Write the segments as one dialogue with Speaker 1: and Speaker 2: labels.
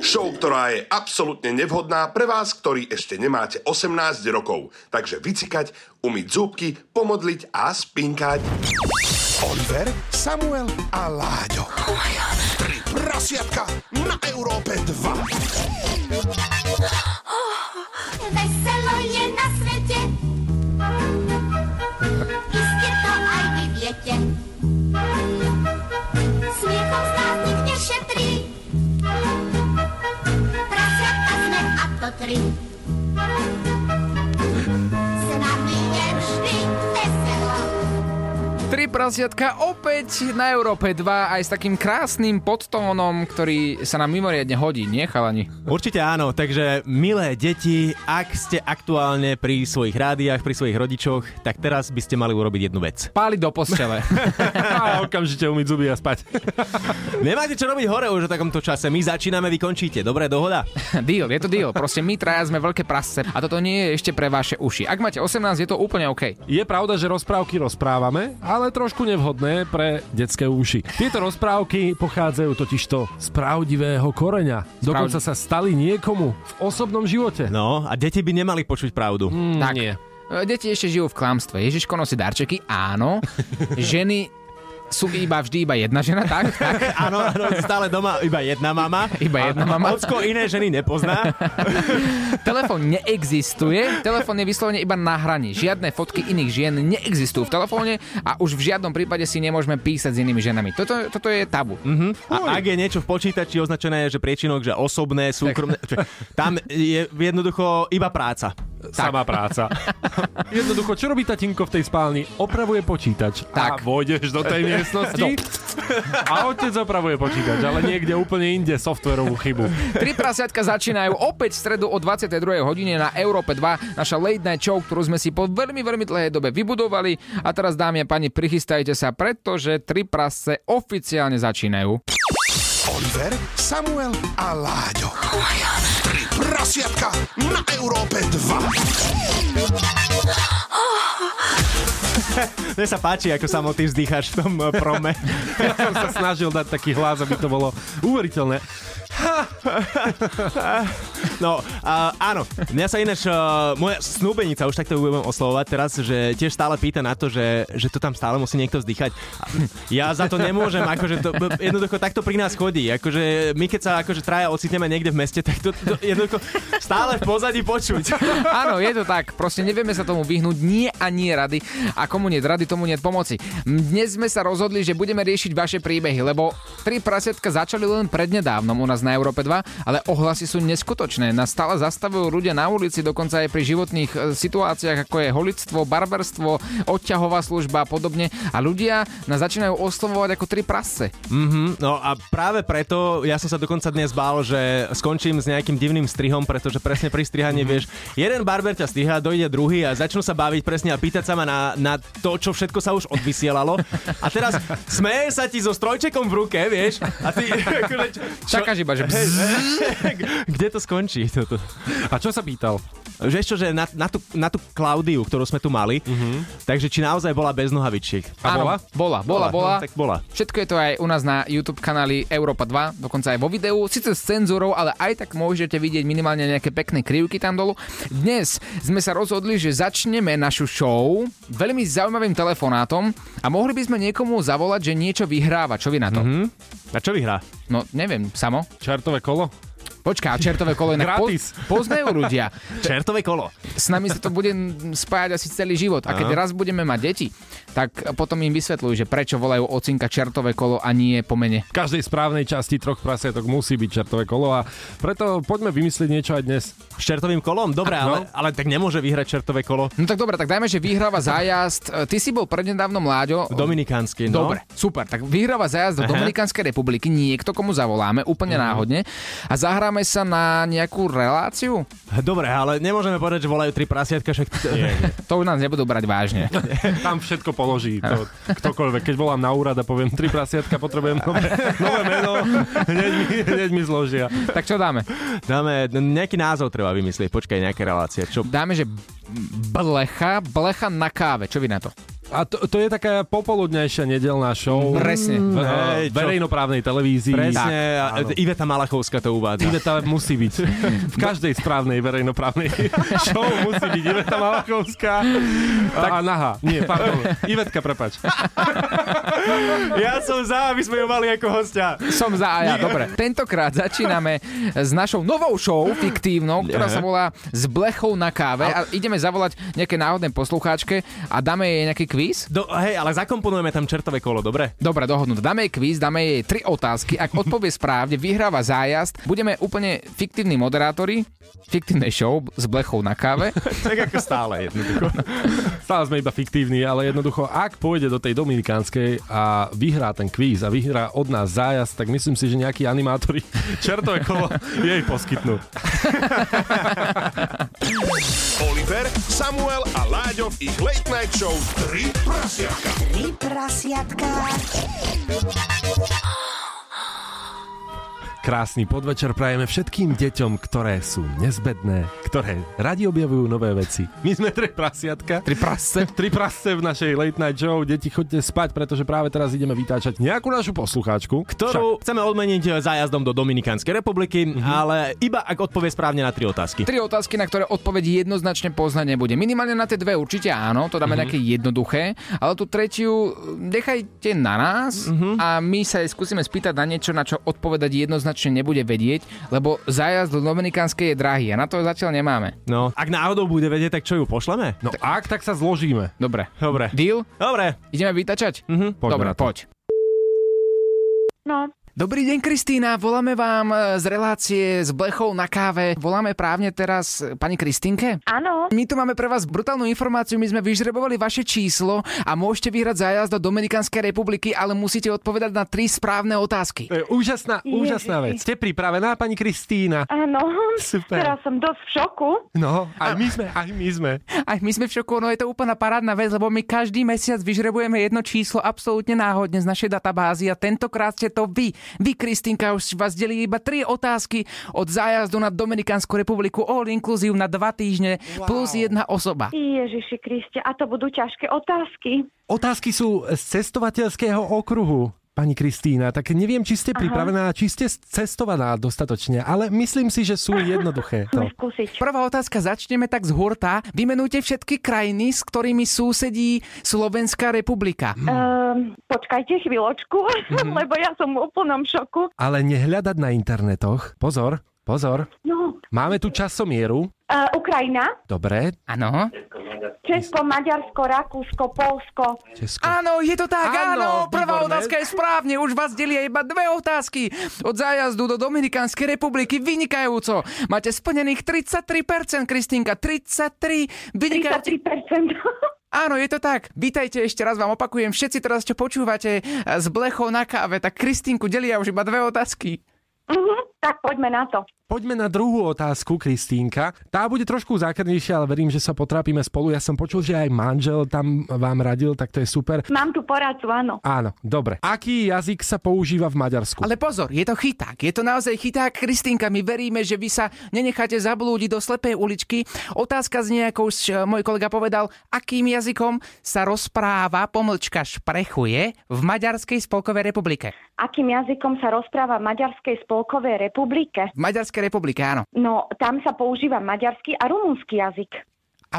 Speaker 1: Show, ktorá je absolútne nevhodná pre vás, ktorí ešte nemáte 18 rokov. Takže vycikať, umyť zúbky, pomodliť a spinkať.
Speaker 2: Oliver, Samuel a Láďo. Tri prasiatka na Európe 2.
Speaker 3: Veselo je na svete, iste to aj vy viete. Smiechom z nás nik nešetrí, prasiatka sme a to tri. S nami je vždy veselo.
Speaker 4: Tri prasiatka opäť na Európe 2 aj s takým krásnym podtónom, ktorý sa nám mimoriadne hodí, nie chalani?
Speaker 5: Určite áno, takže milé deti, ak ste aktuálne pri svojich rádiách, pri svojich rodičoch, tak teraz by ste mali urobiť jednu vec.
Speaker 4: Páli do postele.
Speaker 6: A okamžite umyť zuby a spať.
Speaker 5: Nemáte čo robiť hore už v takomto čase, my začíname, vy končíte, dobré dohoda?
Speaker 4: deal, je to deal. Proste my traja sme veľké prasce a toto nie je ešte pre vaše uši. Ak máte 18, je to úplne OK. E,
Speaker 6: Je pravda, že rozprávky rozprávame, ale trošku nevhodné pre detské uši. Tieto rozprávky pochádzajú totižto z pravdivého koreňa. Dokonca sa stali niekomu v osobnom živote.
Speaker 5: No a deti by nemali počuť pravdu.
Speaker 6: Mm,
Speaker 4: tak.
Speaker 6: Nie.
Speaker 4: E, Deti ešte žijú v klamstve. Ježiško nosí darčeky, áno. Ženy sú iba vždy iba jedna žena, tak? tak.
Speaker 5: Áno, áno, stále doma iba jedna mama.
Speaker 4: Iba jedna
Speaker 5: A-
Speaker 4: mama.
Speaker 5: Ocko iné ženy nepozná.
Speaker 4: Telefón neexistuje, telefón je vyslovene iba na hraní. Žiadne fotky iných žien neexistujú v telefóne a už v žiadnom prípade si nemôžeme písať s inými ženami. Toto, toto je tabu.
Speaker 5: Hm? A ak je niečo v počítači označené, že priečinok, že osobné, súkromné, čo- tam je jednoducho iba práca.
Speaker 6: Sama práca. Jednoducho, čo robí tatinko v tej spálni? Opravuje počítač.
Speaker 4: Tak.
Speaker 6: A vôjdeš do tej
Speaker 5: No.
Speaker 6: miestnosti a otec opravuje počítač, ale niekde úplne inde softverovú chybu.
Speaker 4: Tri prasiatka začínajú opäť v stredu o 22. hodine na Európe 2, naša late night show, ktorú sme si po veľmi, veľmi dlhej dobe vybudovali. A teraz, dámy a pani, prichystajte sa, pretože tri prasce oficiálne začínajú.
Speaker 2: Oliver, Samuel a Láďo. Tri prasiatka na Európe 2.
Speaker 5: Mne sa páči, ako samo ty vzdycháš v tom eh, prome.
Speaker 6: Ja som sa snažil dať taký hlas, aby to bolo uveriteľné.
Speaker 5: No, a, áno, mňa sa ináč, uh, moja snúbenica, už takto ju budem oslovovať teraz, že tiež stále pýta na to, že, že to tam stále musí niekto vzdychať. A, Ja za to nemôžem, akože to, b- jednoducho takto pri nás chodí. Akože my keď sa akože traja ocitneme niekde v meste, tak to, to jednoducho stále v pozadí počuť.
Speaker 4: Áno, je to tak. Proste nevieme sa tomu vyhnúť. Nie a nie rady. A komu nie rady, tomu nie pomoci. Dnes sme sa rozhodli, že budeme riešiť vaše príbehy, lebo tri prasiatka začali len prednedávnom u nás na Európe 2, ale ohlasy sú neskutočné. Nás stále zastavujú ľudia na ulici, dokonca aj pri životných e, situáciách, ako je holictvo, barbarstvo, odťahová služba a podobne. A ľudia nás začínajú oslovovať ako tri prasce.
Speaker 5: Mm-hmm, no a práve preto ja som sa dokonca dnes bál, že skončím s nejakým divným strihom, pretože presne pri strihaní
Speaker 6: Mhm.
Speaker 5: mm-hmm. vieš, jeden barber ťa striha, dojde druhý a začnú sa baviť presne a pýtať sa ma na, na to, čo všetko sa už odvysielalo. A teraz smeje sa ti so strojčekom v ruke, vieš, a ty akože, čo,
Speaker 4: Čakáš iba, že bzz,
Speaker 5: kde to skončí toto?
Speaker 6: A čo sa pýtal?
Speaker 5: Vieš čo, že na, na, tú, na tú Klaudiu, ktorú sme tu mali, mm-hmm. takže či naozaj bola bez nohavičiek?
Speaker 6: A
Speaker 4: Áno,
Speaker 6: Mhm. bola?
Speaker 4: Bola, bola, bola.
Speaker 5: No, tak bola.
Speaker 4: Všetko je to aj u nás na YouTube kanáli Európa 2, dokonca aj vo videu, síce s cenzúrou, ale aj tak môžete vidieť minimálne nejaké pekné krivky tam dolu. Dnes sme sa rozhodli, že začneme našu show veľmi zaujímavým telefonátom a mohli by sme niekomu zavolať, že niečo vyhráva. Čo vy na to? Mm-hmm.
Speaker 5: A čo vyhrá?
Speaker 4: No, neviem, samo.
Speaker 6: Čartové kolo?
Speaker 4: Počká, čertové kolo inak
Speaker 6: Gratis.
Speaker 4: Po, poznajú ľudia.
Speaker 5: Čertové kolo.
Speaker 4: S nami sa to bude spájať asi celý život. A keď raz budeme mať deti, tak potom im vysvetľujú, že prečo volajú ocinka čertové kolo a nie po mene.
Speaker 6: V každej správnej časti troch prasiatok musí byť čertové kolo a preto poďme vymyslieť niečo aj dnes.
Speaker 5: S čertovým kolom? Dobre, ale, ale tak nemôže vyhrať čertové kolo.
Speaker 4: No tak dobre, tak dajme, že vyhráva zájazd. E, Ty si bol prednedávnom Láďo.
Speaker 5: Dominikánsky, no.
Speaker 4: Dobre, super. Tak vyhráva zájazd do
Speaker 5: Aha.
Speaker 4: Dominikanskej republiky. Niekto, komu zavoláme úplne náhodne a zahráme sa na nejakú reláciu.
Speaker 5: Dobre, ale nemôžeme povedať, že volajú tri prasiatka, však... Nie, nie.
Speaker 4: To už nás nebudú brať vážne.
Speaker 6: Tam všetko položí to, ktokoľvek. Keď volám na úrad a poviem tri prasiatka, potrebujem nové, nové meno, hneď mi, hneď mi zložia.
Speaker 4: tak čo dáme?
Speaker 5: Dáme, nejaký názov treba vymyslieť, počkaj, nejaké relácie. Čo?
Speaker 4: Dáme, že blecha, blecha na káve. Čo vy na to?
Speaker 6: A to, to je taká popoludnejšia nedelná show.
Speaker 4: Presne.
Speaker 6: V
Speaker 5: Mm, Hej,
Speaker 6: eh,
Speaker 5: čo?
Speaker 6: verejnoprávnej televízii.
Speaker 5: Presne, a
Speaker 6: áno.
Speaker 5: Iveta Malachovská to uvádza.
Speaker 6: Iveta musí byť. V každej správnej verejnoprávnej show musí byť Iveta Malachovská. Tak... A naha. Nie, pardon. Ivetka, prepač.
Speaker 5: Ja som za, aby sme ju mali ako hostia.
Speaker 4: Som za a ja, dobre. Tentokrát začíname s našou novou show, fiktívnou, ktorá sa volá S blechou na káve a ideme zavolať nejaké náhodné poslucháčke a dáme jej nejaký kvíz.
Speaker 5: Do, hej, ale zakomponujeme tam čertové kolo, dobre?
Speaker 4: Dobre, dohodnuté. Dáme jej kvíz, dáme jej tri otázky. Ak odpovie správne, vyhráva zájazd. Budeme úplne fiktívni moderátori fiktívnej show s blechou na káve.
Speaker 5: Tak ako stále jednoducho.
Speaker 6: Stále sme iba fiktívni, ale jednoducho, ak pôjde do tej Dominikánskej a vyhrá ten kvíz a vyhrá od nás zájazd, tak myslím si, že nejakí animátori čertové kolo jej poskytnú.
Speaker 2: Oliver, Samuel a Láďo v ich Late Night Show 3 prasiatka.
Speaker 7: Tri prasiatka.
Speaker 6: Krásny podvečer prajeme všetkým deťom, ktoré sú nezbedné, ktoré radi objavujú nové veci. My sme tri prasiatka.
Speaker 4: Tri prasce.
Speaker 6: Tri prasce v našej Late Night Show. Deti, chodte spať, pretože práve teraz ideme vytáčať nejakú našu poslucháčku.
Speaker 5: Ktorú chceme odmeniť e, zájazdom do Dominikánskej republiky, ale iba ak odpovie správne na tri otázky.
Speaker 4: Tri otázky, na ktoré odpoveď jednoznačne poznať nebude. Minimálne na tie dve určite áno, to dáme mm-hmm. nejaké jednoduché, ale tú tretiu nechajte na nás mm-hmm. a my sa jej skúsime spýtať na niečo, na čo odpovedať jednoznačne nebude vedieť, lebo zájazd do Dominikánskej je drahý a na to zatiaľ nemáme.
Speaker 5: No, ak náhodou bude vedieť, tak čo ju pošleme?
Speaker 6: No ak, tak sa zložíme.
Speaker 4: Dobre.
Speaker 5: Dobre.
Speaker 4: Deal?
Speaker 5: Dobre.
Speaker 4: Ideme vytačať?
Speaker 5: Mhm.
Speaker 6: Poďme
Speaker 4: Dobre,
Speaker 6: na to.
Speaker 4: poď.
Speaker 8: No,
Speaker 4: Dobrý deň, Kristýna. Voláme vám e, z relácie s blechou na káve. Voláme právne teraz e, pani Kristýnke?
Speaker 8: áno,
Speaker 4: My tu máme pre vás brutálnu informáciu, my sme vyžrebovali vaše číslo a môžete vyhrať zájazd do Dominikanskej republiky, ale musíte odpovedať na tri správne otázky.
Speaker 6: To je úžasná, úžasná vec. Ste pripravená, pani Kristína?
Speaker 8: áno.
Speaker 6: Super.
Speaker 8: Teraz som dosť v šoku.
Speaker 6: No, aj my sme, aj my sme.
Speaker 4: Aj my sme v šoku, no je to úplná parádna vec, lebo my každý mesiac vyžrebujeme jedno číslo absolútne náhodne z našej databázy a tentokrát ste to vy. Vy, Kristinka, už vás delí iba tri otázky od zájazdu na Dominikánsku republiku all inclusive na dva týždne plus jedna osoba.
Speaker 8: Ježiši Kriste, a to budú ťažké otázky.
Speaker 6: Otázky sú z cestovateľského okruhu. Pani Kristína, tak neviem, či ste pripravená, či ste cestovaná dostatočne, ale myslím si, že sú jednoduché. To.
Speaker 8: Chceme skúsiť.
Speaker 4: Prvá otázka, začneme tak z hurta. Vymenujte všetky krajiny, s ktorými súsedí Slovenská republika.
Speaker 8: Ehm, počkajte chvíľočku, lebo ja som v úplnom šoku.
Speaker 6: Ale nehľadať na internetoch. Pozor, pozor.
Speaker 8: No,
Speaker 6: Máme tu časomieru.
Speaker 8: e, Ukrajina,
Speaker 6: Dobre,
Speaker 4: Áno.
Speaker 8: Česko, Maďarsko, Rakúsko, Polsko.
Speaker 6: Česko.
Speaker 4: Áno, je to tak, áno.
Speaker 6: Áno,
Speaker 4: Prvá
Speaker 6: výborné.
Speaker 4: otázka je správne. Už vás delia iba dve otázky. Od zájazdu do Dominikánskej republiky vynikajúco. Máte splnených 33%, Kristinka. 33 vynikajúci
Speaker 8: 33%.
Speaker 4: Áno, je to tak. Vítajte ešte raz, vám opakujem. Všetci teraz, čo počúvate e, s blechou na káve, tak Kristinku delia už iba dve otázky.
Speaker 8: Mhm, tak poďme na to.
Speaker 6: Poďme na druhú otázku, Kristínka. Tá bude trošku zákrnejšia, ale verím, že sa potrápime spolu. Ja som počul, že aj manžel tam vám radil, tak to je super.
Speaker 8: Mám tu poradcu, áno.
Speaker 6: Áno, dobre. Aký jazyk sa používa v Maďarsku?
Speaker 4: Ale pozor, je to chyták. Je to naozaj chyták. Kristýnka, my veríme, že vy sa nenecháte zablúdiť do slepej uličky. Otázka z nejakou, už e, môj kolega povedal, akým jazykom sa rozpráva pomlčka šprechuje v Maďarskej spolkovej republike.
Speaker 8: Akým jazykom sa rozpráva v Maďarskej spolkovej republike?
Speaker 4: V Maďarskej republike, áno.
Speaker 8: No, tam sa používa maďarský a rumunský jazyk.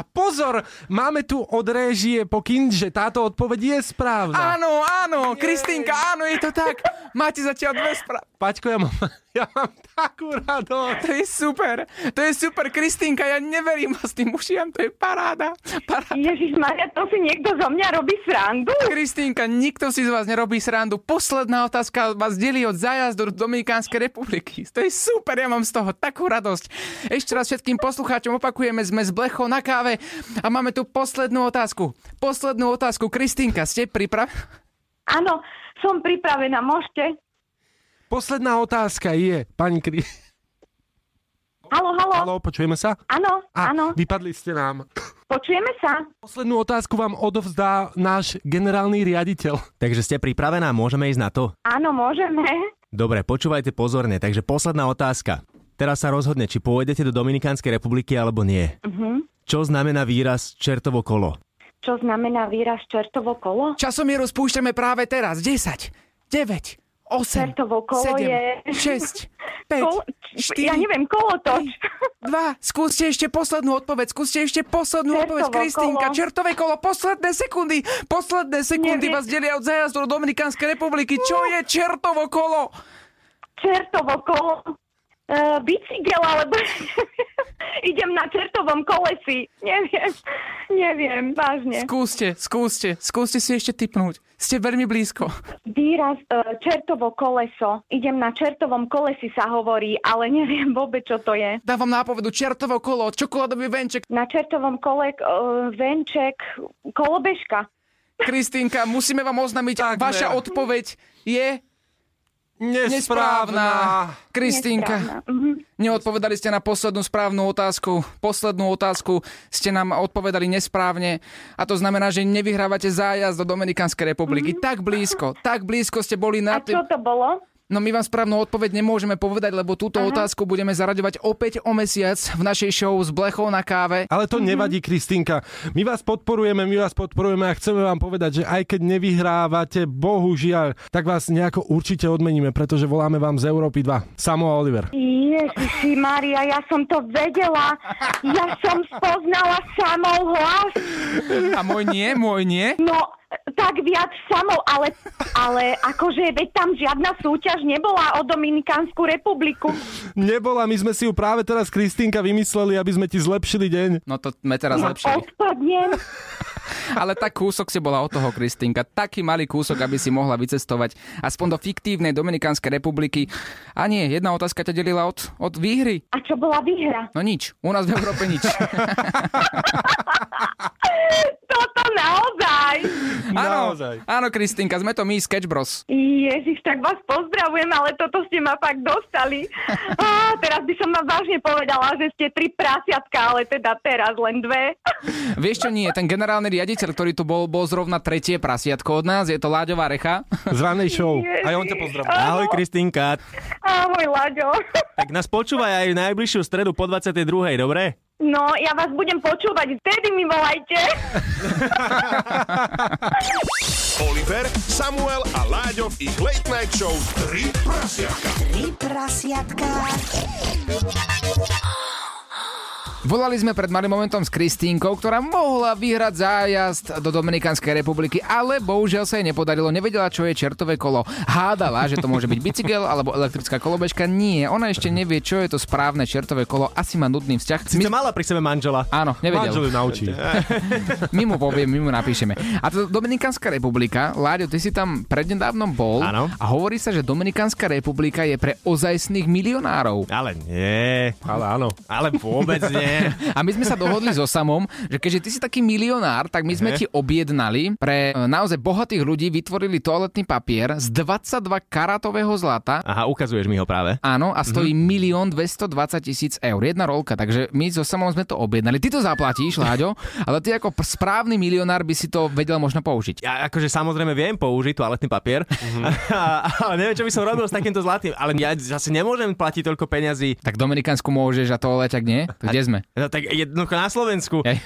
Speaker 6: A pozor, máme tu od réžie pokyn, že táto odpoveď je správna.
Speaker 4: Áno, áno, Kristýnka, áno, je to tak. Máte zatiaľ dve správy.
Speaker 6: Paťko, ja mám, ja mám takú radosť.
Speaker 4: To je super, to je super, Kristýnka, ja neverím vlastným ušiam, to je paráda. paráda.
Speaker 8: Ježiš Maria, to si niekto zo mňa robí srandu?
Speaker 4: Kristýnka, nikto si z vás nerobí srandu. Posledná otázka vás delí od zájazdu do Dominikánskej republiky. To je super, ja mám z toho takú radosť. Ešte raz všetkým poslucháčom opakujeme, sme s blechou na káve a máme tu poslednú otázku. Poslednú otázku. Kristýnka, ste pripravení?
Speaker 8: Áno, som pripravená, môžete.
Speaker 6: Posledná otázka je, pani Kri...
Speaker 8: Halo, halo.
Speaker 6: Halo, počujeme sa?
Speaker 8: Áno,
Speaker 6: A,
Speaker 8: áno,
Speaker 6: vypadli ste nám.
Speaker 8: počujeme sa.
Speaker 6: Poslednú otázku vám odovzdá náš generálny riaditeľ.
Speaker 5: Takže ste pripravená, môžeme ísť na to?
Speaker 8: Áno, môžeme.
Speaker 5: Dobre, počúvajte pozorne, takže posledná otázka. Teraz sa rozhodne, či pôjdete do Dominikánskej republiky alebo nie. Čo znamená výraz čertovo kolo?
Speaker 8: Čo znamená výraz čertovo kolo?
Speaker 4: Časomieru spúšťame práve teraz. 10, 9, 8,
Speaker 8: Čertovo kolo
Speaker 4: 7,
Speaker 8: je...
Speaker 4: 6,
Speaker 8: Kol...
Speaker 4: 5, 4,
Speaker 8: Ja neviem, kolotoč.
Speaker 4: 2, skúste ešte poslednú odpoveď, skúste ešte poslednú
Speaker 8: Čertovo
Speaker 4: odpoveď, Kristýnka,
Speaker 8: kolo.
Speaker 4: čertové kolo, posledné sekundy, posledné sekundy
Speaker 8: Neviem.
Speaker 4: vás delia od zájazdu do Dominikánskej republiky, čo je čertovo kolo?
Speaker 8: Čertovo kolo. Uh, bicykel, alebo... Idem na čertovom kolesi. Neviem, neviem, vážne.
Speaker 4: Skúste, skúste, skúste si ešte typnúť, ste veľmi blízko.
Speaker 8: Výraz uh, čertovo koleso. Idem na čertovom kolesi sa hovorí, ale neviem vôbec, čo to je.
Speaker 4: Dávam nápovedu čertovo kolo, čokoládový venček.
Speaker 8: Na čertovom kolek uh, venček kolobežka.
Speaker 4: Kristýnka, musíme vám oznámiť,
Speaker 6: Takmer.
Speaker 4: vaša odpoveď je nesprávna. Kristýnka,
Speaker 8: Nesprávna. Mhm.
Speaker 4: neodpovedali ste na poslednú správnu otázku. Poslednú otázku ste nám odpovedali nesprávne a to znamená, že nevyhrávate zájazd do Dominikánskej republiky. Tak blízko, tak blízko ste boli
Speaker 8: Mhm. A
Speaker 4: na
Speaker 8: čo
Speaker 4: tým.
Speaker 8: to bolo?
Speaker 4: No my vám správnu odpoveď nemôžeme povedať, lebo túto otázku budeme zaraďovať opäť o mesiac v našej show s blechou na káve.
Speaker 6: Ale to nevadí, Kristýnka. My vás podporujeme, my vás podporujeme a chceme vám povedať, že aj keď nevyhrávate, bohužiaľ, tak vás nejako určite odmeníme, pretože voláme vám z Európy 2. Samo a Oliver.
Speaker 8: Ježiši Maria, ja som to vedela. Ja som spoznala samou hlas.
Speaker 4: A môj nie, môj nie.
Speaker 8: No, tak viac samou, ale, ale akože veď tam žiadna súťaž nebola o Dominikánsku republiku.
Speaker 6: Nebola, my sme si ju práve teraz, Kristýnka, vymysleli, aby sme ti zlepšili deň.
Speaker 4: No to sme teraz lepšie.
Speaker 8: Odpadnem.
Speaker 4: Ale tak kúsok si bola od toho, Kristýnka. Taký malý kúsok, aby si mohla vycestovať aspoň do fiktívnej Dominikánskej republiky. A nie, jedna otázka ťa delila od, od výhry.
Speaker 8: A čo bola výhra?
Speaker 4: No nič, u nás v Európe nič.
Speaker 8: Toto naozaj.
Speaker 4: áno,
Speaker 6: Naozaj.
Speaker 4: áno, Kristýnka, sme to my, Sketch Bros.
Speaker 8: Ježiš, tak vás pozdravujem, ale toto ste ma fakt dostali. Á, teraz by som vám vážne povedala, že ste tri prasiatka, ale teda teraz len dve.
Speaker 4: Vieš čo nie, ten generálny riaditeľ, ktorý tu bol, bol zrovna tretie prasiatko od nás, je to Láďová Recha.
Speaker 6: Z ranej show.
Speaker 5: Aj on ťa pozdravuje.
Speaker 8: Áno.
Speaker 5: Ahoj, Kristýnka.
Speaker 8: Ahoj, Laďo.
Speaker 5: Tak nás počúvaj aj v najbližšiu stredu po 22. Dobre?
Speaker 8: No, ja vás budem počúvať, vtedy mi volajte.
Speaker 2: Oliver, Samuel a Láďov ich Late Night Show 3 prasiatka.
Speaker 7: Tri prasiatka.
Speaker 4: Volali sme pred malým momentom s Kristínkou, ktorá mohla vyhrať zájazd do Dominikánskej republiky, ale bohužiaľ sa jej nepodarilo. Nevedela, čo je čertové kolo. Hádala, že to môže byť bicykel alebo elektrická kolobežka. Nie, ona ešte nevie, čo je to správne čertové kolo. Asi má nudný vzťah.
Speaker 5: Sice mala pri sebe manžela.
Speaker 4: Áno, nevedel.
Speaker 6: Manžel ju naučí.
Speaker 4: My mu povieme, my mu napíšeme. A to Dominikánska republika, Láďo, ty si tam prednedávnom bol
Speaker 5: Áno.
Speaker 4: a hovorí sa, že Dominikánska republika je pre ozajstných milionárov.
Speaker 5: Ale nie.
Speaker 6: Ale áno.
Speaker 5: Ale vôbec nie.
Speaker 4: A my sme sa dohodli so Samom, že keďže ty si taký milionár, tak my sme ti objednali pre e, naozaj bohatých ľudí vytvorili toaletný papier z 22 karatového zlata.
Speaker 5: Aha, ukazuješ mi ho práve.
Speaker 4: Áno, a stojí milión 220 tisíc eur. Jedna rolka, takže my so samom sme to objednali. Ty to zaplatíš, Láďo, ale ty ako p- správny milionár by si to vedel možno použiť.
Speaker 5: Ja akože samozrejme viem použiť toaletný papier,
Speaker 4: Mhm.
Speaker 5: ale neviem, čo by som robil s takýmto zlatým. Ale ja zase nemôžem platiť toľko peňazí.
Speaker 4: Tak Dominikánsku môžeš a toaleťak nie? Tak Kde sme?
Speaker 5: No, tak jednoducho na Slovensku.
Speaker 4: Hej.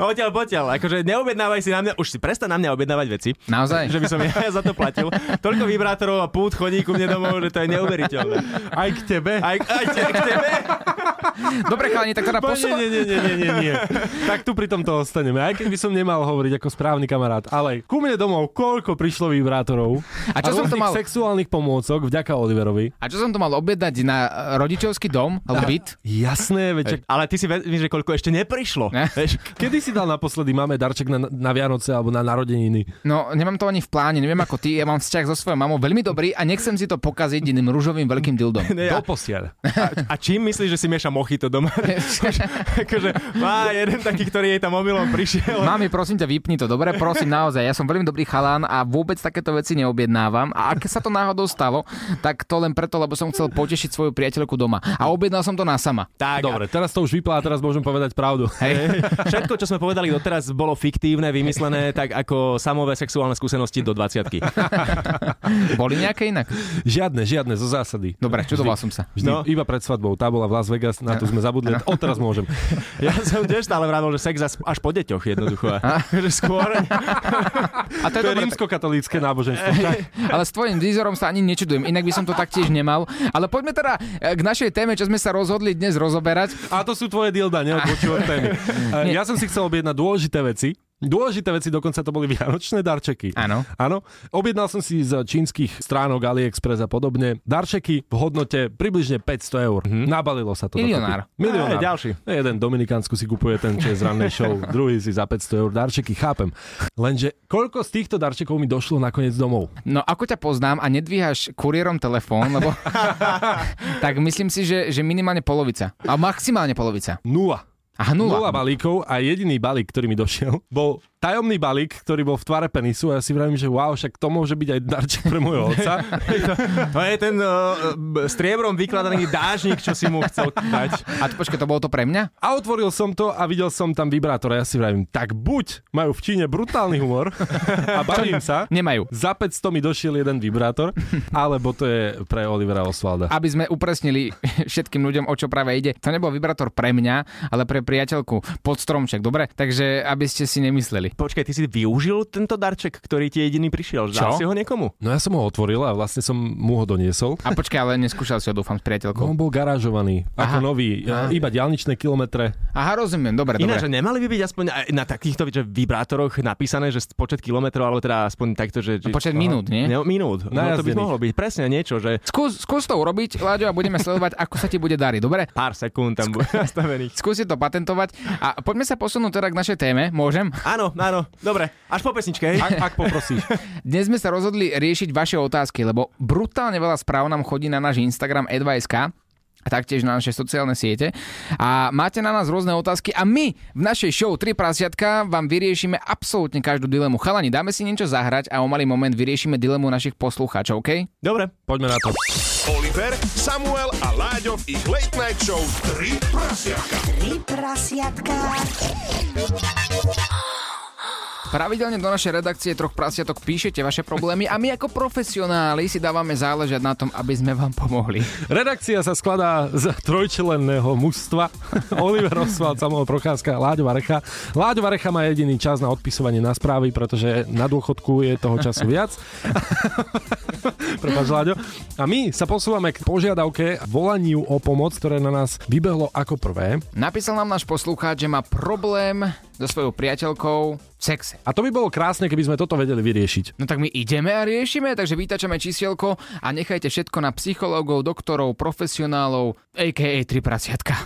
Speaker 5: Odtiaľ potiaľ. Akože neobjednávaj si na mňa, už si prestan na mňa objednávať veci.
Speaker 4: Naozaj?
Speaker 5: Že by som ja za to platil. Toľko vibrátorov a pút chodí ku mne domov, že to je neuveriteľné.
Speaker 6: Aj k tebe.
Speaker 5: Aj, aj te- k tebe.
Speaker 4: Dobre, chalani, tak teda
Speaker 6: Po, nie,
Speaker 4: posúva...
Speaker 6: nie, nie, nie, nie, nie, nie. Tak tu pri tomto ostaneme. Aj keď by som nemal hovoriť ako správny kamarát, ale ku mne domov koľko prišlo vibrátorov
Speaker 4: A čo som to
Speaker 6: rôznych
Speaker 4: mal-
Speaker 6: sexuálnych pomôcok vďaka Oliverovi.
Speaker 4: A čo som to mal objednať na e, rodičovský dom? Alebo byt?
Speaker 6: Jasné, veď čak-
Speaker 5: Ale ty si vezmi, že koľko ešte neprišlo.
Speaker 4: Ne.
Speaker 5: Vieš,
Speaker 6: Kedy si dal naposledy máme darček na, na Vianoce alebo na narodeniny?
Speaker 4: No, nemám to ani v pláne, neviem ako ty, ja mám vzťah so svojou mamou veľmi dobrý a nechcem si to pokaziť jedným rúžovým veľkým dildom.
Speaker 5: Ne, a,
Speaker 6: Doposiaľ.
Speaker 5: a čím myslíš, že si mieša mochito doma? akože má jeden taký, ktorý jej tam omylom prišiel.
Speaker 4: Mami, prosím ťa, vypni to, dobre? Prosím, naozaj, ja som veľmi dobrý chalán a vôbec takéto veci neobjednávam. A ak sa to náhodou stalo, tak to len preto, lebo som chcel potešiť svoju priateľku doma. A objednal som to na sama.
Speaker 5: Tak,
Speaker 6: Dobre, teraz to už vyplá, teraz môžem povedať pravdu.
Speaker 4: Hej.
Speaker 5: Všetko, čo sme povedali doteraz, bolo fiktívne, vymyslené, tak ako samové sexuálne skúsenosti do 20
Speaker 4: Boli nejaké inak?
Speaker 6: Žiadne, žiadne, zo zásady.
Speaker 4: Dobre, čudoval som sa.
Speaker 6: Vždy,
Speaker 5: No.
Speaker 6: no. iba pred svadbou. Tá bola v Las Vegas, na to sme zabudli. Odteraz môžem.
Speaker 5: Ja som tiež stále vravil, že sex až- až po deťoch jednoducho. Že skôr...
Speaker 4: A to je
Speaker 6: To je
Speaker 4: dobré,
Speaker 6: rímskokatolícké náboženstvo. však.
Speaker 4: ale s tvojim výzorom sa ani nečudujem, inak by som to taktiež nemal. Ale poďme teda e, k našej téme, čo sme sa rozhodli dnes rozoberať.
Speaker 6: A to sú tvoje dilda, neodbočujem témy. E, Ja som si chcel objednať dôležité veci. Dôležité veci, dokonca to boli vianočné darčeky.
Speaker 4: Áno.
Speaker 6: Áno. Objednal som si z čínskych stránok AliExpress a podobne darčeky v hodnote približne 500 eur. Nabalilo sa to.
Speaker 4: Mhm.
Speaker 6: do
Speaker 4: Milionár.
Speaker 6: kopy. Milionár. No,
Speaker 5: Aj, ďalší.
Speaker 6: Jeden Dominikánsku si kupuje ten, čo je z rannej show, druhý si za 500 eur darčeky, chápem. Lenže koľko z týchto darčekov mi došlo nakoniec domov?
Speaker 4: No ako ťa poznám a nedvíhaš kuriérom telefón, lebo tak myslím si, že, že minimálne polovica. A maximálne polovica.
Speaker 6: Nula.
Speaker 4: A nula.
Speaker 6: Nula balíkov a jediný balík, ktorý mi došiel, bol tajomný balík, ktorý bol v tvare penisu a ja si vravím, že wow, však to môže byť aj darček pre môjho otca.
Speaker 5: To je ten uh, striebrom vykladaný dážnik, čo si mu chcel dať.
Speaker 4: A to, počkaj, to bolo to pre mňa?
Speaker 6: A otvoril som to a videl som tam vibrátor a ja si vravím, tak buď majú v Číne brutálny humor a bavím sa.
Speaker 4: Nemajú.
Speaker 6: Za 500 mi došiel jeden vibrátor, alebo to je pre Olivera Osvalda.
Speaker 4: aby sme upresnili všetkým ľuďom, o čo práve ide. To nebol vibrátor pre mňa, ale pre priateľku pod stromček, dobre? Takže aby ste si nemysleli.
Speaker 5: Počkaj, ty si využil tento darček, ktorý ti jediný prišiel? Dal
Speaker 4: Čo?
Speaker 5: si ho niekomu?
Speaker 6: No ja som ho otvoril a vlastne som mu ho doniesol.
Speaker 4: A počkaj, ale neskúšal si ho, dúfam, s
Speaker 6: No,
Speaker 4: priateľkou.
Speaker 6: on bol garážovaný, ako
Speaker 4: Aha.
Speaker 6: nový, iba diálničné kilometre.
Speaker 4: Aha, rozumiem, dobre,
Speaker 5: Ináč, že
Speaker 4: dobre.
Speaker 5: nemali by byť aspoň aj na takýchto že vibrátoroch napísané, že počet kilometrov, alebo teda aspoň takto, že...
Speaker 4: No, počet minút, nie?
Speaker 5: Ne, minút. No, to by
Speaker 6: Najazdených.
Speaker 5: mohlo byť presne niečo, že
Speaker 4: Skús, skús to urobiť, Láďo, a budeme sledovať, ako sa ti bude dariť, dobre?
Speaker 5: pár sekúnd tam bude nastavených.
Speaker 4: Skúsi to patentovať a poďme sa posunúť teda k našej téme, môžem?
Speaker 5: Áno, áno, dobre. Až po pesničke, hej?
Speaker 6: Ak poprosíš.
Speaker 4: Dnes sme sa rozhodli riešiť vaše otázky, lebo brutálne veľa správ nám chodí na náš Instagram advice.sk a taktiež na naše sociálne siete. A máte na nás rôzne otázky a my v našej show 3 prasiatka vám vyriešime absolútne každú dilemu. Chalani, dáme si niečo zahrať a o malý moment vyriešime dilemu našich poslucháčov, OK?
Speaker 5: Dobre.
Speaker 6: Poďme na to.
Speaker 2: Oliver, Samuel a Láďo v ich Late Night Show 3 prasiatka.
Speaker 7: Tri prasiatka.
Speaker 4: Pravidelne do našej redakcie troch prasiatok píšete vaše problémy a my ako profesionáli si dávame záležať na tom, aby sme vám pomohli.
Speaker 6: Redakcia sa skladá z trojčlenného mužstva. Oliver Oswald, Samuel Procházka, Láďo Varecha. Láďo Varecha má jediný čas na odpisovanie na správy, pretože na dôchodku je toho času viac. Prepač, Láďo. A my sa posúvame k požiadavke volaniu o pomoc, ktoré na nás vybehlo ako prvé.
Speaker 4: Napísal nám náš poslucháč, že má problém so svojou priateľkou v sexe.
Speaker 6: A to by bolo krásne, keby sme toto vedeli vyriešiť.
Speaker 4: No tak my ideme a riešime, takže vytačame čísielko a nechajte všetko na psychológov, doktorov, profesionálov, a.k.a. tri prasiatka.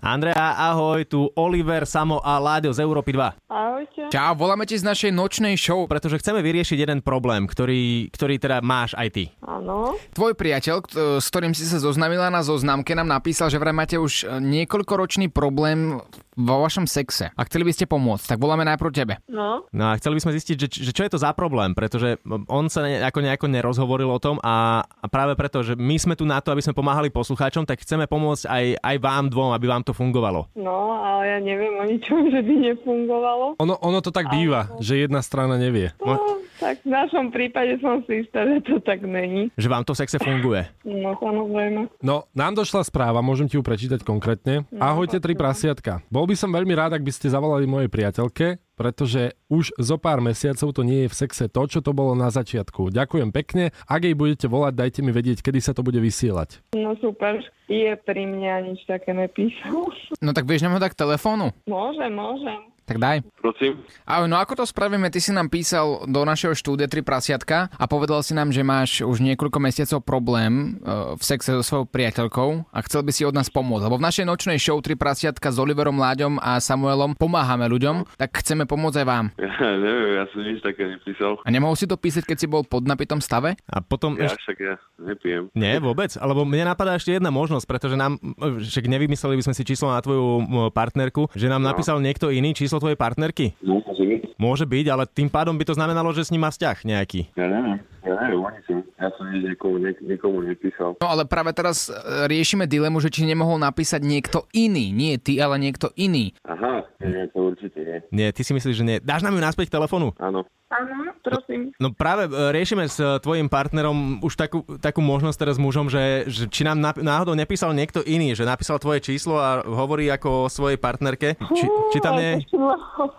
Speaker 5: Andrea, ahoj, tu Oliver, Samo a Láďo z Európy 2.
Speaker 8: Ahojte.
Speaker 4: Čau, voláme ti z našej nočnej show.
Speaker 5: Pretože chceme vyriešiť jeden problém, ktorý, ktorý teda máš aj ty.
Speaker 8: Áno.
Speaker 4: Tvoj priateľ, kt- s ktorým si sa zoznamila na zoznamke, nám napísal, že vraj máte už e, niekoľkoročný problém vo vašom sexe a chceli by ste pomôcť, tak voláme najprv tebe.
Speaker 8: No.
Speaker 5: No a chceli by sme zistiť, že, že čo je to za problém, pretože on sa ne, ako nejako nerozhovoril o tom a, a práve preto, že my sme tu na to, aby sme pomáhali poslucháčom, tak chceme pomôcť aj, aj vám dvom, aby vám to fungovalo.
Speaker 8: No, ale ja neviem o ničom, že by nefungovalo.
Speaker 6: Ono, ono to tak býva, že jedna strana nevie.
Speaker 8: No, tak v našom prípade som si istá, že to tak není.
Speaker 5: Že vám to v sexe funguje.
Speaker 8: No, samozrejme.
Speaker 6: No, nám došla správa, môžem ti ju prečítať konkrétne. Ahojte, tri prasiatka. Bol by som veľmi rád, ak by ste zavolali mojej priateľke, pretože už zo pár mesiacov to nie je v sexe to, čo to bolo na začiatku. Ďakujem pekne. Ak jej budete volať, dajte mi vedieť, kedy sa to bude vysielať.
Speaker 8: No super, je pri mne a nič také nepísal.
Speaker 4: No tak vieš nám ho dať k telefónu?
Speaker 8: Môžem, môžem.
Speaker 4: Tak daj.
Speaker 9: Prosím?
Speaker 4: Ahoj, no ako to spravíme? Ty si nám písal do našeho štúdia Tri prasiatka a povedal si nám, že máš už niekoľko mesiacov problém e, v sexe so svojou priateľkou a chcel by si od nás pomôcť. Lebo v našej nočnej show Tri prasiatka s Oliverom Láďom a Samuelom pomáhame ľuďom, tak chceme pomôcť aj vám.
Speaker 9: Ja neviem, ja som nič také nepísal.
Speaker 4: A nemohol si to písať, keď si bol pod napitom stave?
Speaker 5: A potom...
Speaker 9: Ja však ja nepijem.
Speaker 5: Nie, vôbec. Alebo mne napadá ešte jedna možnosť, pretože nám, však nevymysleli by sme si číslo na tvoju m, partnerku, že nám napísal niekto iný číslo tvojej partnerky.
Speaker 9: No, že
Speaker 5: Môže byť, ale tým pádom by to znamenalo, že s ním má vzťah nejaký.
Speaker 9: Ja neviem. Ja neviem, ani som, ja som nič niekomu, niek- nikomu nepísal.
Speaker 4: No ale práve teraz e, riešime dilemu, že či nemohol napísať niekto iný. Nie ty, ale niekto iný.
Speaker 9: Aha, nie, to určite nie.
Speaker 5: Nie, ty si myslíš, že nie. Dáš nám ju naspäť k telefónu?
Speaker 9: Áno.
Speaker 8: Áno, prosím.
Speaker 5: No práve e, riešime s e, tvojim partnerom už takú, takú možnosť teraz s mužom, že, že či nám nap- náhodou nepísal niekto iný, že napísal tvoje číslo a hovorí ako o svojej partnerke. Či, či tam nie...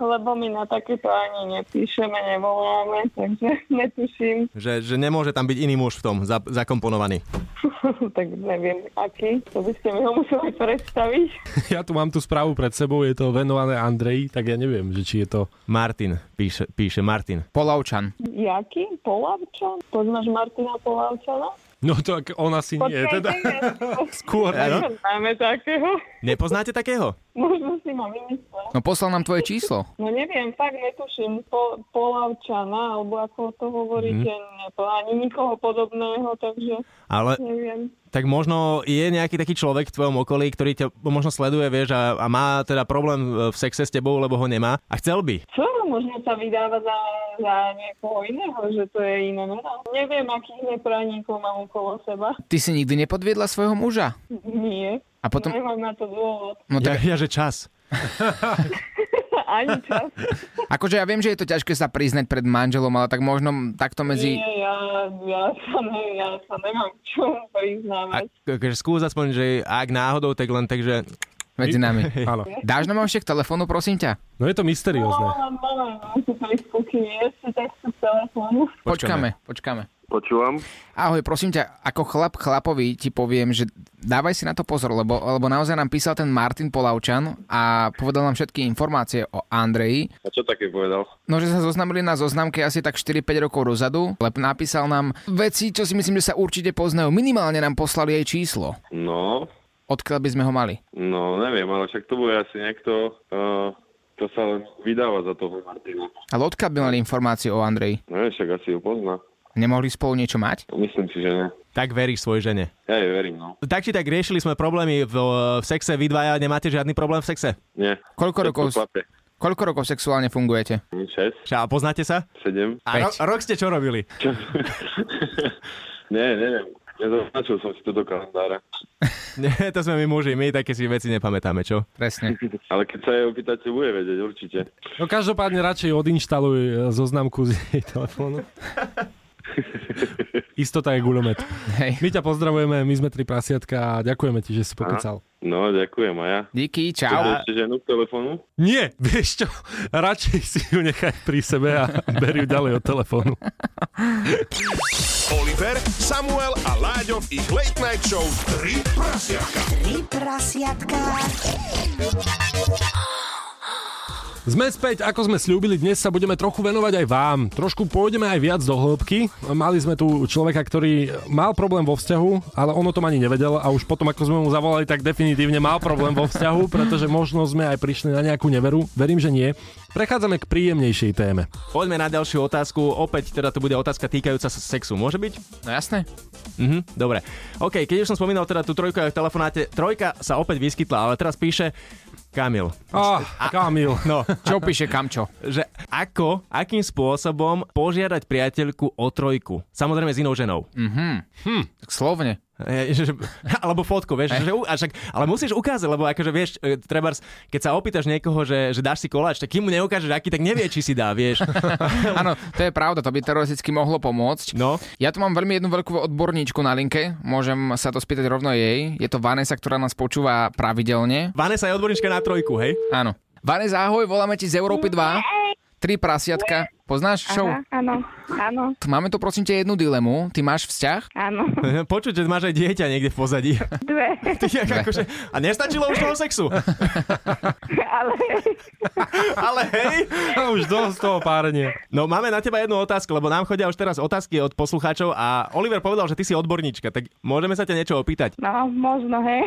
Speaker 8: Lebo my na takéto ani nepíšeme, nevoláme, takže netuším,
Speaker 5: Že, že nemôže tam byť iný muž v tom za, zakomponovaný.
Speaker 8: tak neviem aký, to by ste mi ho museli predstaviť.
Speaker 6: Ja tu mám tú správu pred sebou, je to venované Andreji, tak ja neviem, že či je to...
Speaker 5: Martin, píše, píše Martin.
Speaker 4: Polavčan.
Speaker 8: Jaký? Polavčan? Poznáš Martina Polavčana?
Speaker 6: No to ak- on asi nie, teda skôr.
Speaker 5: Áno.
Speaker 8: Máme takého.
Speaker 5: Nepoznáte takého?
Speaker 8: Možno si ma vymyslel.
Speaker 4: No poslal nám tvoje číslo.
Speaker 8: No neviem, fakt netuším. Po, Polavčana, alebo ako to hovoríte, mm. nebo ani nikoho podobného, takže
Speaker 5: Ale
Speaker 8: neviem.
Speaker 5: tak možno je nejaký taký človek v tvojom okolí, ktorý ťa možno sleduje, vieš, a, a má teda problém e, v sexe s tebou, lebo ho nemá a chcel by.
Speaker 8: Čo? Možno sa vydáva za, za niekoho iného, že to je iné meno. Neviem, akých nepraníkov mám okolo seba.
Speaker 4: Ty si nikdy nepodviedla svojho muža.
Speaker 8: Nie.
Speaker 4: A potom...
Speaker 8: Nemám na to dôvod.
Speaker 4: No
Speaker 5: Ja,
Speaker 4: tak,
Speaker 5: ja že čas.
Speaker 8: Ani čas.
Speaker 4: akože ja viem, že je to ťažké sa priznať pred manželom, ale tak možno takto medzi...
Speaker 8: Nie, ja, ja, sa, ne, ja sa nemám k čomu
Speaker 5: A,
Speaker 8: priznávať.
Speaker 5: akože skús aspoň, že ak náhodou, tak len tak, že
Speaker 4: medzi nami.
Speaker 6: Áno.
Speaker 4: Dáš nám však telefónu, prosím ťa?
Speaker 6: No je to mysteriózne.
Speaker 8: Mám, mám, mám tu Facebooky, ešte takto telefónu.
Speaker 4: Počkáme, počkáme.
Speaker 9: Počúvam?
Speaker 4: Ahoj, prosím ťa, ako chlap chlapovi ti poviem, že dávaj si na to pozor, lebo, lebo naozaj nám písal ten Martin Polavčan a povedal nám všetky informácie o Andreji.
Speaker 9: A čo také povedal?
Speaker 4: No, že sa zoznamili na zoznamke asi tak 4-5 rokov dozadu, lep napísal nám veci, čo si myslím, že sa určite poznajú. Minimálne nám poslali jej číslo.
Speaker 9: No,
Speaker 4: Odkiaľ by sme ho mali?
Speaker 9: no neviem, ale však to bude asi niekto, uh, to sa len vydáva za toho Martina.
Speaker 4: Ale odkiaľ by mali informáciu o Andreji?
Speaker 9: Neviem, však asi ho pozná. No,
Speaker 4: Nemohli spolu niečo mať?
Speaker 9: Myslím si, že ne.
Speaker 5: tak veríš svojej žene.
Speaker 9: Ja jej verím, no.
Speaker 5: Tak či tak riešili sme problémy v, v sexe, vy dvaja nemáte žiadny problém v sexe.
Speaker 9: Nie.
Speaker 4: Koľko rokov,
Speaker 9: To chlape.
Speaker 4: koľko rokov sexuálne fungujete?
Speaker 9: 6,
Speaker 5: Čo, A poznáte sa?
Speaker 9: 7.
Speaker 5: A ro- rok ste čo robili?
Speaker 9: Čo? nie, neviem. Nezaznačil som si to do kalendára.
Speaker 5: Nie, to sme my muži, my také si veci nepamätáme, čo?
Speaker 4: Presne.
Speaker 9: Ale keď sa jej opýtate, bude vedieť, určite.
Speaker 6: No každopádne radšej odinštaluj e, zoznamku z jej telefónu. Istota je guľomet.
Speaker 4: Hej.
Speaker 6: My ťa pozdravujeme, my sme tri prasiatka a ďakujeme ti, že si pokecal.
Speaker 9: No, ďakujem a ja.
Speaker 4: Díky, čau.
Speaker 9: Chcete ešte ženu k telefónu?
Speaker 6: Nie, vieš čo, radšej si ju nechaj pri sebe a ber ju ďalej od telefónu.
Speaker 2: Oliver, Samuel a Láďov ich Late Night Show 3 prasiatka.
Speaker 7: Tri prasiatka.
Speaker 6: Sme späť, ako sme slúbili, dnes sa budeme trochu venovať aj vám. Trošku pôjdeme aj viac do hĺbky. Mali sme tu človeka, ktorý mal problém vo vzťahu, ale on o tom ani nevedel a už potom, ako sme mu zavolali, tak definitívne mal problém vo vzťahu, pretože možno sme aj prišli na nejakú neveru. Verím, že nie. Prechádzame k príjemnejšej téme.
Speaker 5: Poďme na ďalšiu otázku. Opäť teda to bude otázka týkajúca sa sexu. Môže byť?
Speaker 4: No jasné.
Speaker 5: Mhm, dobre. OK, keď už som spomínal teda tú trojku aj v telefonáte, trojka sa opäť vyskytla, ale teraz píše Kamil.
Speaker 6: Ah, Kamil.
Speaker 5: No,
Speaker 4: Čo píše kamčo?
Speaker 5: že ako, akým spôsobom požiadať priateľku o trojku? Samozrejme s inou ženou.
Speaker 4: Mm. Tak slovne.
Speaker 5: E, že- že- Alebo fotku, vieš, že, u- a však, ale musíš ukázať, lebo akože vieš, e, trebárs, keď sa opýtaš niekoho, že, že dáš si koláč, tak kým mu neukážeš aký, tak nevie, či si dá, vieš.
Speaker 4: Áno, to je pravda, to by teoreticky mohlo pomôcť.
Speaker 5: No.
Speaker 4: Ja tu mám veľmi jednu veľkú odborníčku na linke, môžem sa to spýtať rovno jej. Je to Vanessa, ktorá nás počúva pravidelne.
Speaker 5: Vanessa je odborníčka na trojku, hej?
Speaker 4: Áno. Vanessa, ahoj, voláme ti z Európy 2. Tri prasiatka. Poznáš show?
Speaker 8: áno, áno,
Speaker 4: Máme tu prosím ťa jednu dilemu. Ty máš vzťah?
Speaker 8: áno.
Speaker 5: Mhm, Počuť, že máš aj dieťa niekde v pozadí.
Speaker 8: Dve,
Speaker 5: Ty, jak, akože, a nestačilo už toho sexu.
Speaker 8: ale
Speaker 5: Ale hej.
Speaker 6: A už dosť toho párenia.
Speaker 5: No máme na teba jednu otázku, lebo nám chodia už teraz otázky od poslucháčov a Oliver povedal, že ty si odborníčka, tak môžeme sa ťa niečo opýtať.
Speaker 8: no, možno, hej.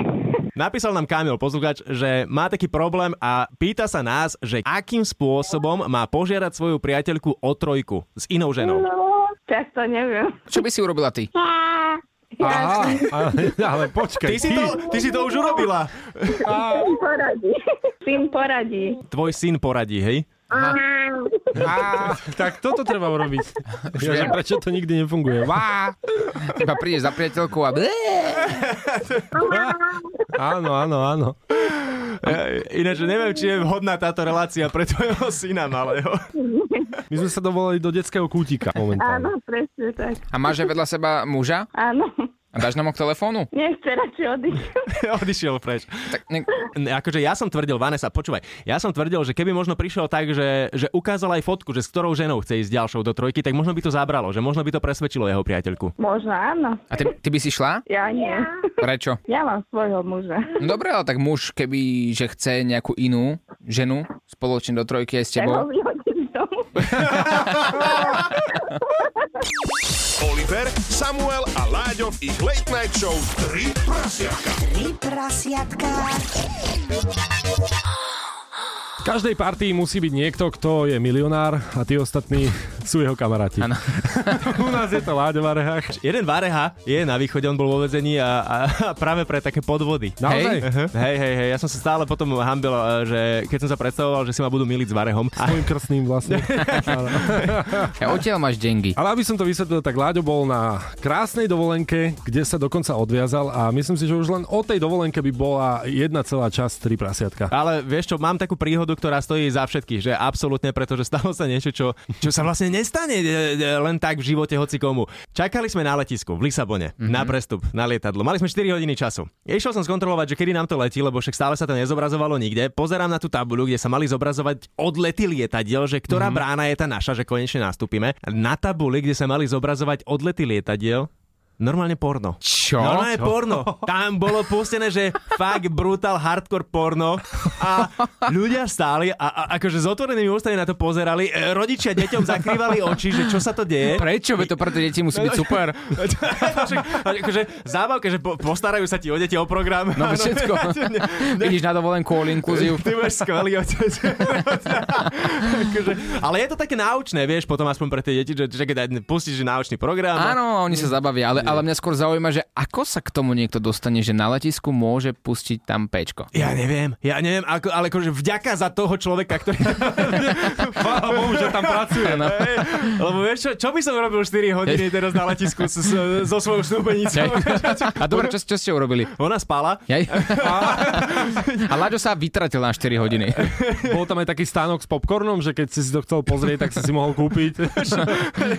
Speaker 5: Napísal nám Kamil, poslucháč, že má taký problém a pýta sa nás, že akým spôsobom má požiadať svoju priateľku o trojku s inou ženou.
Speaker 8: No, často neviem.
Speaker 4: Čo by si urobila ty?
Speaker 6: Aha, ale, ale počkaj.
Speaker 5: Ty si to, ty si to už urobila.
Speaker 8: Syn poradí. Syn poradí.
Speaker 5: Tvoj syn poradí, hej?
Speaker 4: Á,
Speaker 6: Tak toto treba urobiť. Ja, že
Speaker 4: viem.
Speaker 6: prečo to nikdy nefunguje? Vá,
Speaker 4: á. Iba prídeš za priateľkou a...
Speaker 6: Áno, áno, áno.
Speaker 5: E, Ináč, neviem, či je vhodná táto relácia pre tvojho syna malého.
Speaker 6: My sme sa dovolali do detského kútika momentálne.
Speaker 8: Áno, presne tak.
Speaker 4: A máš aj vedľa seba muža?
Speaker 8: Áno.
Speaker 4: A dáš nám ho k telefónu?
Speaker 8: Nechce radšej odísť.
Speaker 5: Odišiel preč.
Speaker 4: Tak ne...
Speaker 5: Ne, Akože ja som tvrdil, Vanessa, počúvaj, ja som tvrdil, že keby možno prišiel tak, že, že ukázal aj fotku, že s ktorou ženou chce ísť ďalšou do trojky, tak možno by to zabralo, že možno by to presvedčilo jeho priateľku.
Speaker 8: Možno áno.
Speaker 4: A ty, ty by si šla?
Speaker 8: Ja nie.
Speaker 4: Prečo?
Speaker 8: Ja mám svojho muža.
Speaker 4: No Dobre, ale tak muž, keby že chce nejakú inú ženu spoločne do trojky aj s
Speaker 8: Ja ho
Speaker 4: tebou.
Speaker 8: vyhodím z domu.
Speaker 2: Oliver, Samuel a Láďo v ich Late Night Show 3 prasiatka.
Speaker 7: Tri prasiatka.
Speaker 6: V každej partii musí byť niekto, kto je milionár a tí ostatní sú jeho kamaráti.
Speaker 4: Áno.
Speaker 6: U nás je to Láďo Varehach.
Speaker 5: Jeden Vareha je na východe, on bol vo vezení a, a, a práve pre také podvody.
Speaker 6: Naozaj?
Speaker 4: Hej.
Speaker 5: Uh-huh. Hej, hej, hej, ja som sa stále potom hambil, e, že keď som sa predstavoval, že si ma budú miliť s Varehom.
Speaker 6: S mojim krstným vlastne. Áno.
Speaker 4: Ja odtiaľ máš dengy.
Speaker 6: Ale aby som to vysvetlil, tak Láďo bol na krásnej dovolenke, kde sa dokonca odviazal a myslím si, že už len o tej dovolenke by bola jedna celá časť tri prasiatka.
Speaker 5: Ale vieš čo, mám takú príhodu, ktorá stojí za všetky, že absolútne, pretože stalo sa niečo, čo, čo sa vlastne nestane e, e, len tak v živote hoci komu. Čakali sme na letisku v Lisabone, mm-hmm. na prestup, na lietadlo. Mali sme 4 hodiny času. Išiel som skontrolovať, že kedy nám to letí, lebo však stále sa to nezobrazovalo nikde. Pozerám na tú tabuľu, kde sa mali zobrazovať odlety lietadiel, že ktorá mm-hmm. brána je tá naša, že konečne nastúpime. Na tabuli, kde sa mali zobrazovať odlety lietadiel, normálne porno.
Speaker 4: Čo?
Speaker 5: Normálne porno. Tam bolo pustené, že fakt brutal hardcore porno a ľudia stáli a, a akože s otvorenými ústami na to pozerali. E, Rodičia deťom zakrývali oči, že čo sa to deje.
Speaker 4: Prečo? Veď to pre tie deti musí byť super.
Speaker 5: akože zábavka, že po, postarajú sa ti o deti, o program.
Speaker 4: No
Speaker 5: Áno.
Speaker 4: všetko. Vidíš na dovolenku all inclusive.
Speaker 5: Ty budeš skvelý otec. akože, ale je to také náučné, vieš, potom aspoň pre tie deti, že, že keď pustíš náučný program.
Speaker 4: Áno, oni sa zabavia, ale, ale mňa skôr zaujíma, že ako sa k tomu niekto dostane, že na letisku môže pustiť tam pečko.
Speaker 5: Ja neviem, ja neviem, ako, ale akože vďaka za toho človeka, ktorý...
Speaker 6: Chvála Bohu, že tam pracuje.
Speaker 4: Áno.
Speaker 5: Hej, lebo vieš čo, čo by som robil 4 hodiny teraz na letisku s, s, so svojou snúbenicou?
Speaker 4: A dobre, čo, čo ste urobili?
Speaker 5: Ona spala.
Speaker 4: Jaj? A Láďo sa vytratil na 4 hodiny.
Speaker 6: Bol tam aj taký stánok s popcornom, že keď si si to chcel pozrieť, tak si si mohol kúpiť.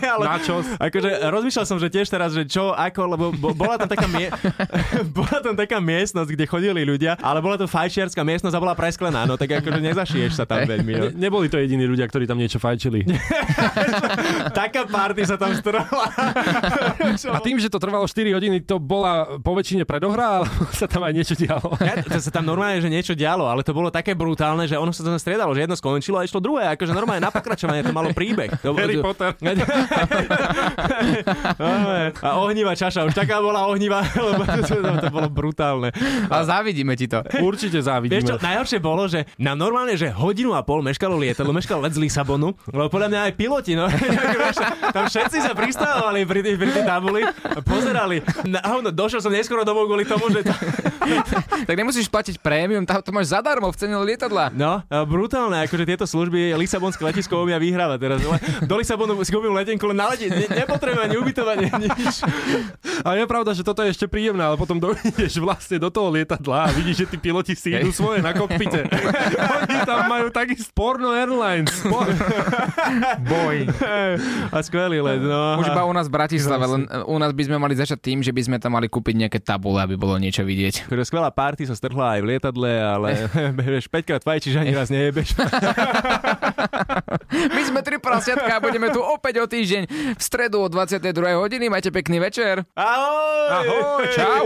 Speaker 5: Nie, ale,
Speaker 6: Na čo?
Speaker 5: Akože rozmýšľal som, že tiež teraz, že čo, ako, lebo bo, bola, tam taká mie- bola tam taká miestnosť, kde chodili ľudia, ale bola to fajčiarská miestnosť a bola presklená, no tak akože nezašieš sa tam veľmi. No.
Speaker 6: Ne- Neboli to jediní ľudia, ktorí tam niečo fajčili.
Speaker 5: Taká party sa tam strhla.
Speaker 6: A tým, že to trvalo 4 hodiny, to bola po väčšine predohra, ale sa tam aj niečo dialo.
Speaker 5: Ja, to sa tam normálne, že niečo dialo, ale to bolo také brutálne, že ono sa to tam striedalo, že jedno skončilo a išlo druhé. Akože normálne na pokračovanie to malo príbeh. To,
Speaker 6: Harry Potter.
Speaker 5: a ohnivá čaša, už taká bola ohnivá, lebo to, to, to bolo brutálne.
Speaker 4: Ale závidíme ti to.
Speaker 6: Určite
Speaker 5: Vieš čo,
Speaker 6: závidíme.
Speaker 5: najhoršie bolo, že nám normálne, že hodinu a pol meškalo lietadlo, meškal let z Lisabonu, lebo podľa mňa aj piloti, no, ako vieš, tam všetci sa pristávali pri tej, pri tej tabuli, pozerali. Na, no, došiel som neskoro domov kvôli tomu, že to,
Speaker 4: Tak nemusíš platiť prémium, tam to máš zadarmo v cene lietadla.
Speaker 5: No, e, brutálne, akože tieto služby Lisabonské letisko u mňa vyhráva teraz. Le- Do Lisabonu si kúpim letenku, len na lete ne, nepotrebujem ani ubytovanie, nič.
Speaker 6: A je pravda, že toto je ešte príjemné, ale potom dojdeš vlastne do toho lietadla a vidíš, že tí piloti si idú svoje na kokpite. Oni tam majú takisto porno airlines.
Speaker 4: Boj.
Speaker 5: A skvelý let, no.
Speaker 4: Už iba u nás v Bratislave, len e, u nás by sme mali začať tým, že by sme tam mali kúpiť nejaké tabule, aby bolo niečo vidieť.
Speaker 5: Akože skvelá party sa strhla aj v lietadle, ale vieš, 5 krát fajčíš, ani raz nejebeš.
Speaker 4: My sme tri prasiatka a budeme tu opäť o týždeň v stredu o 22. hodiny. Majte pekný večer.
Speaker 5: Ahoj!
Speaker 4: Ahoj, čau.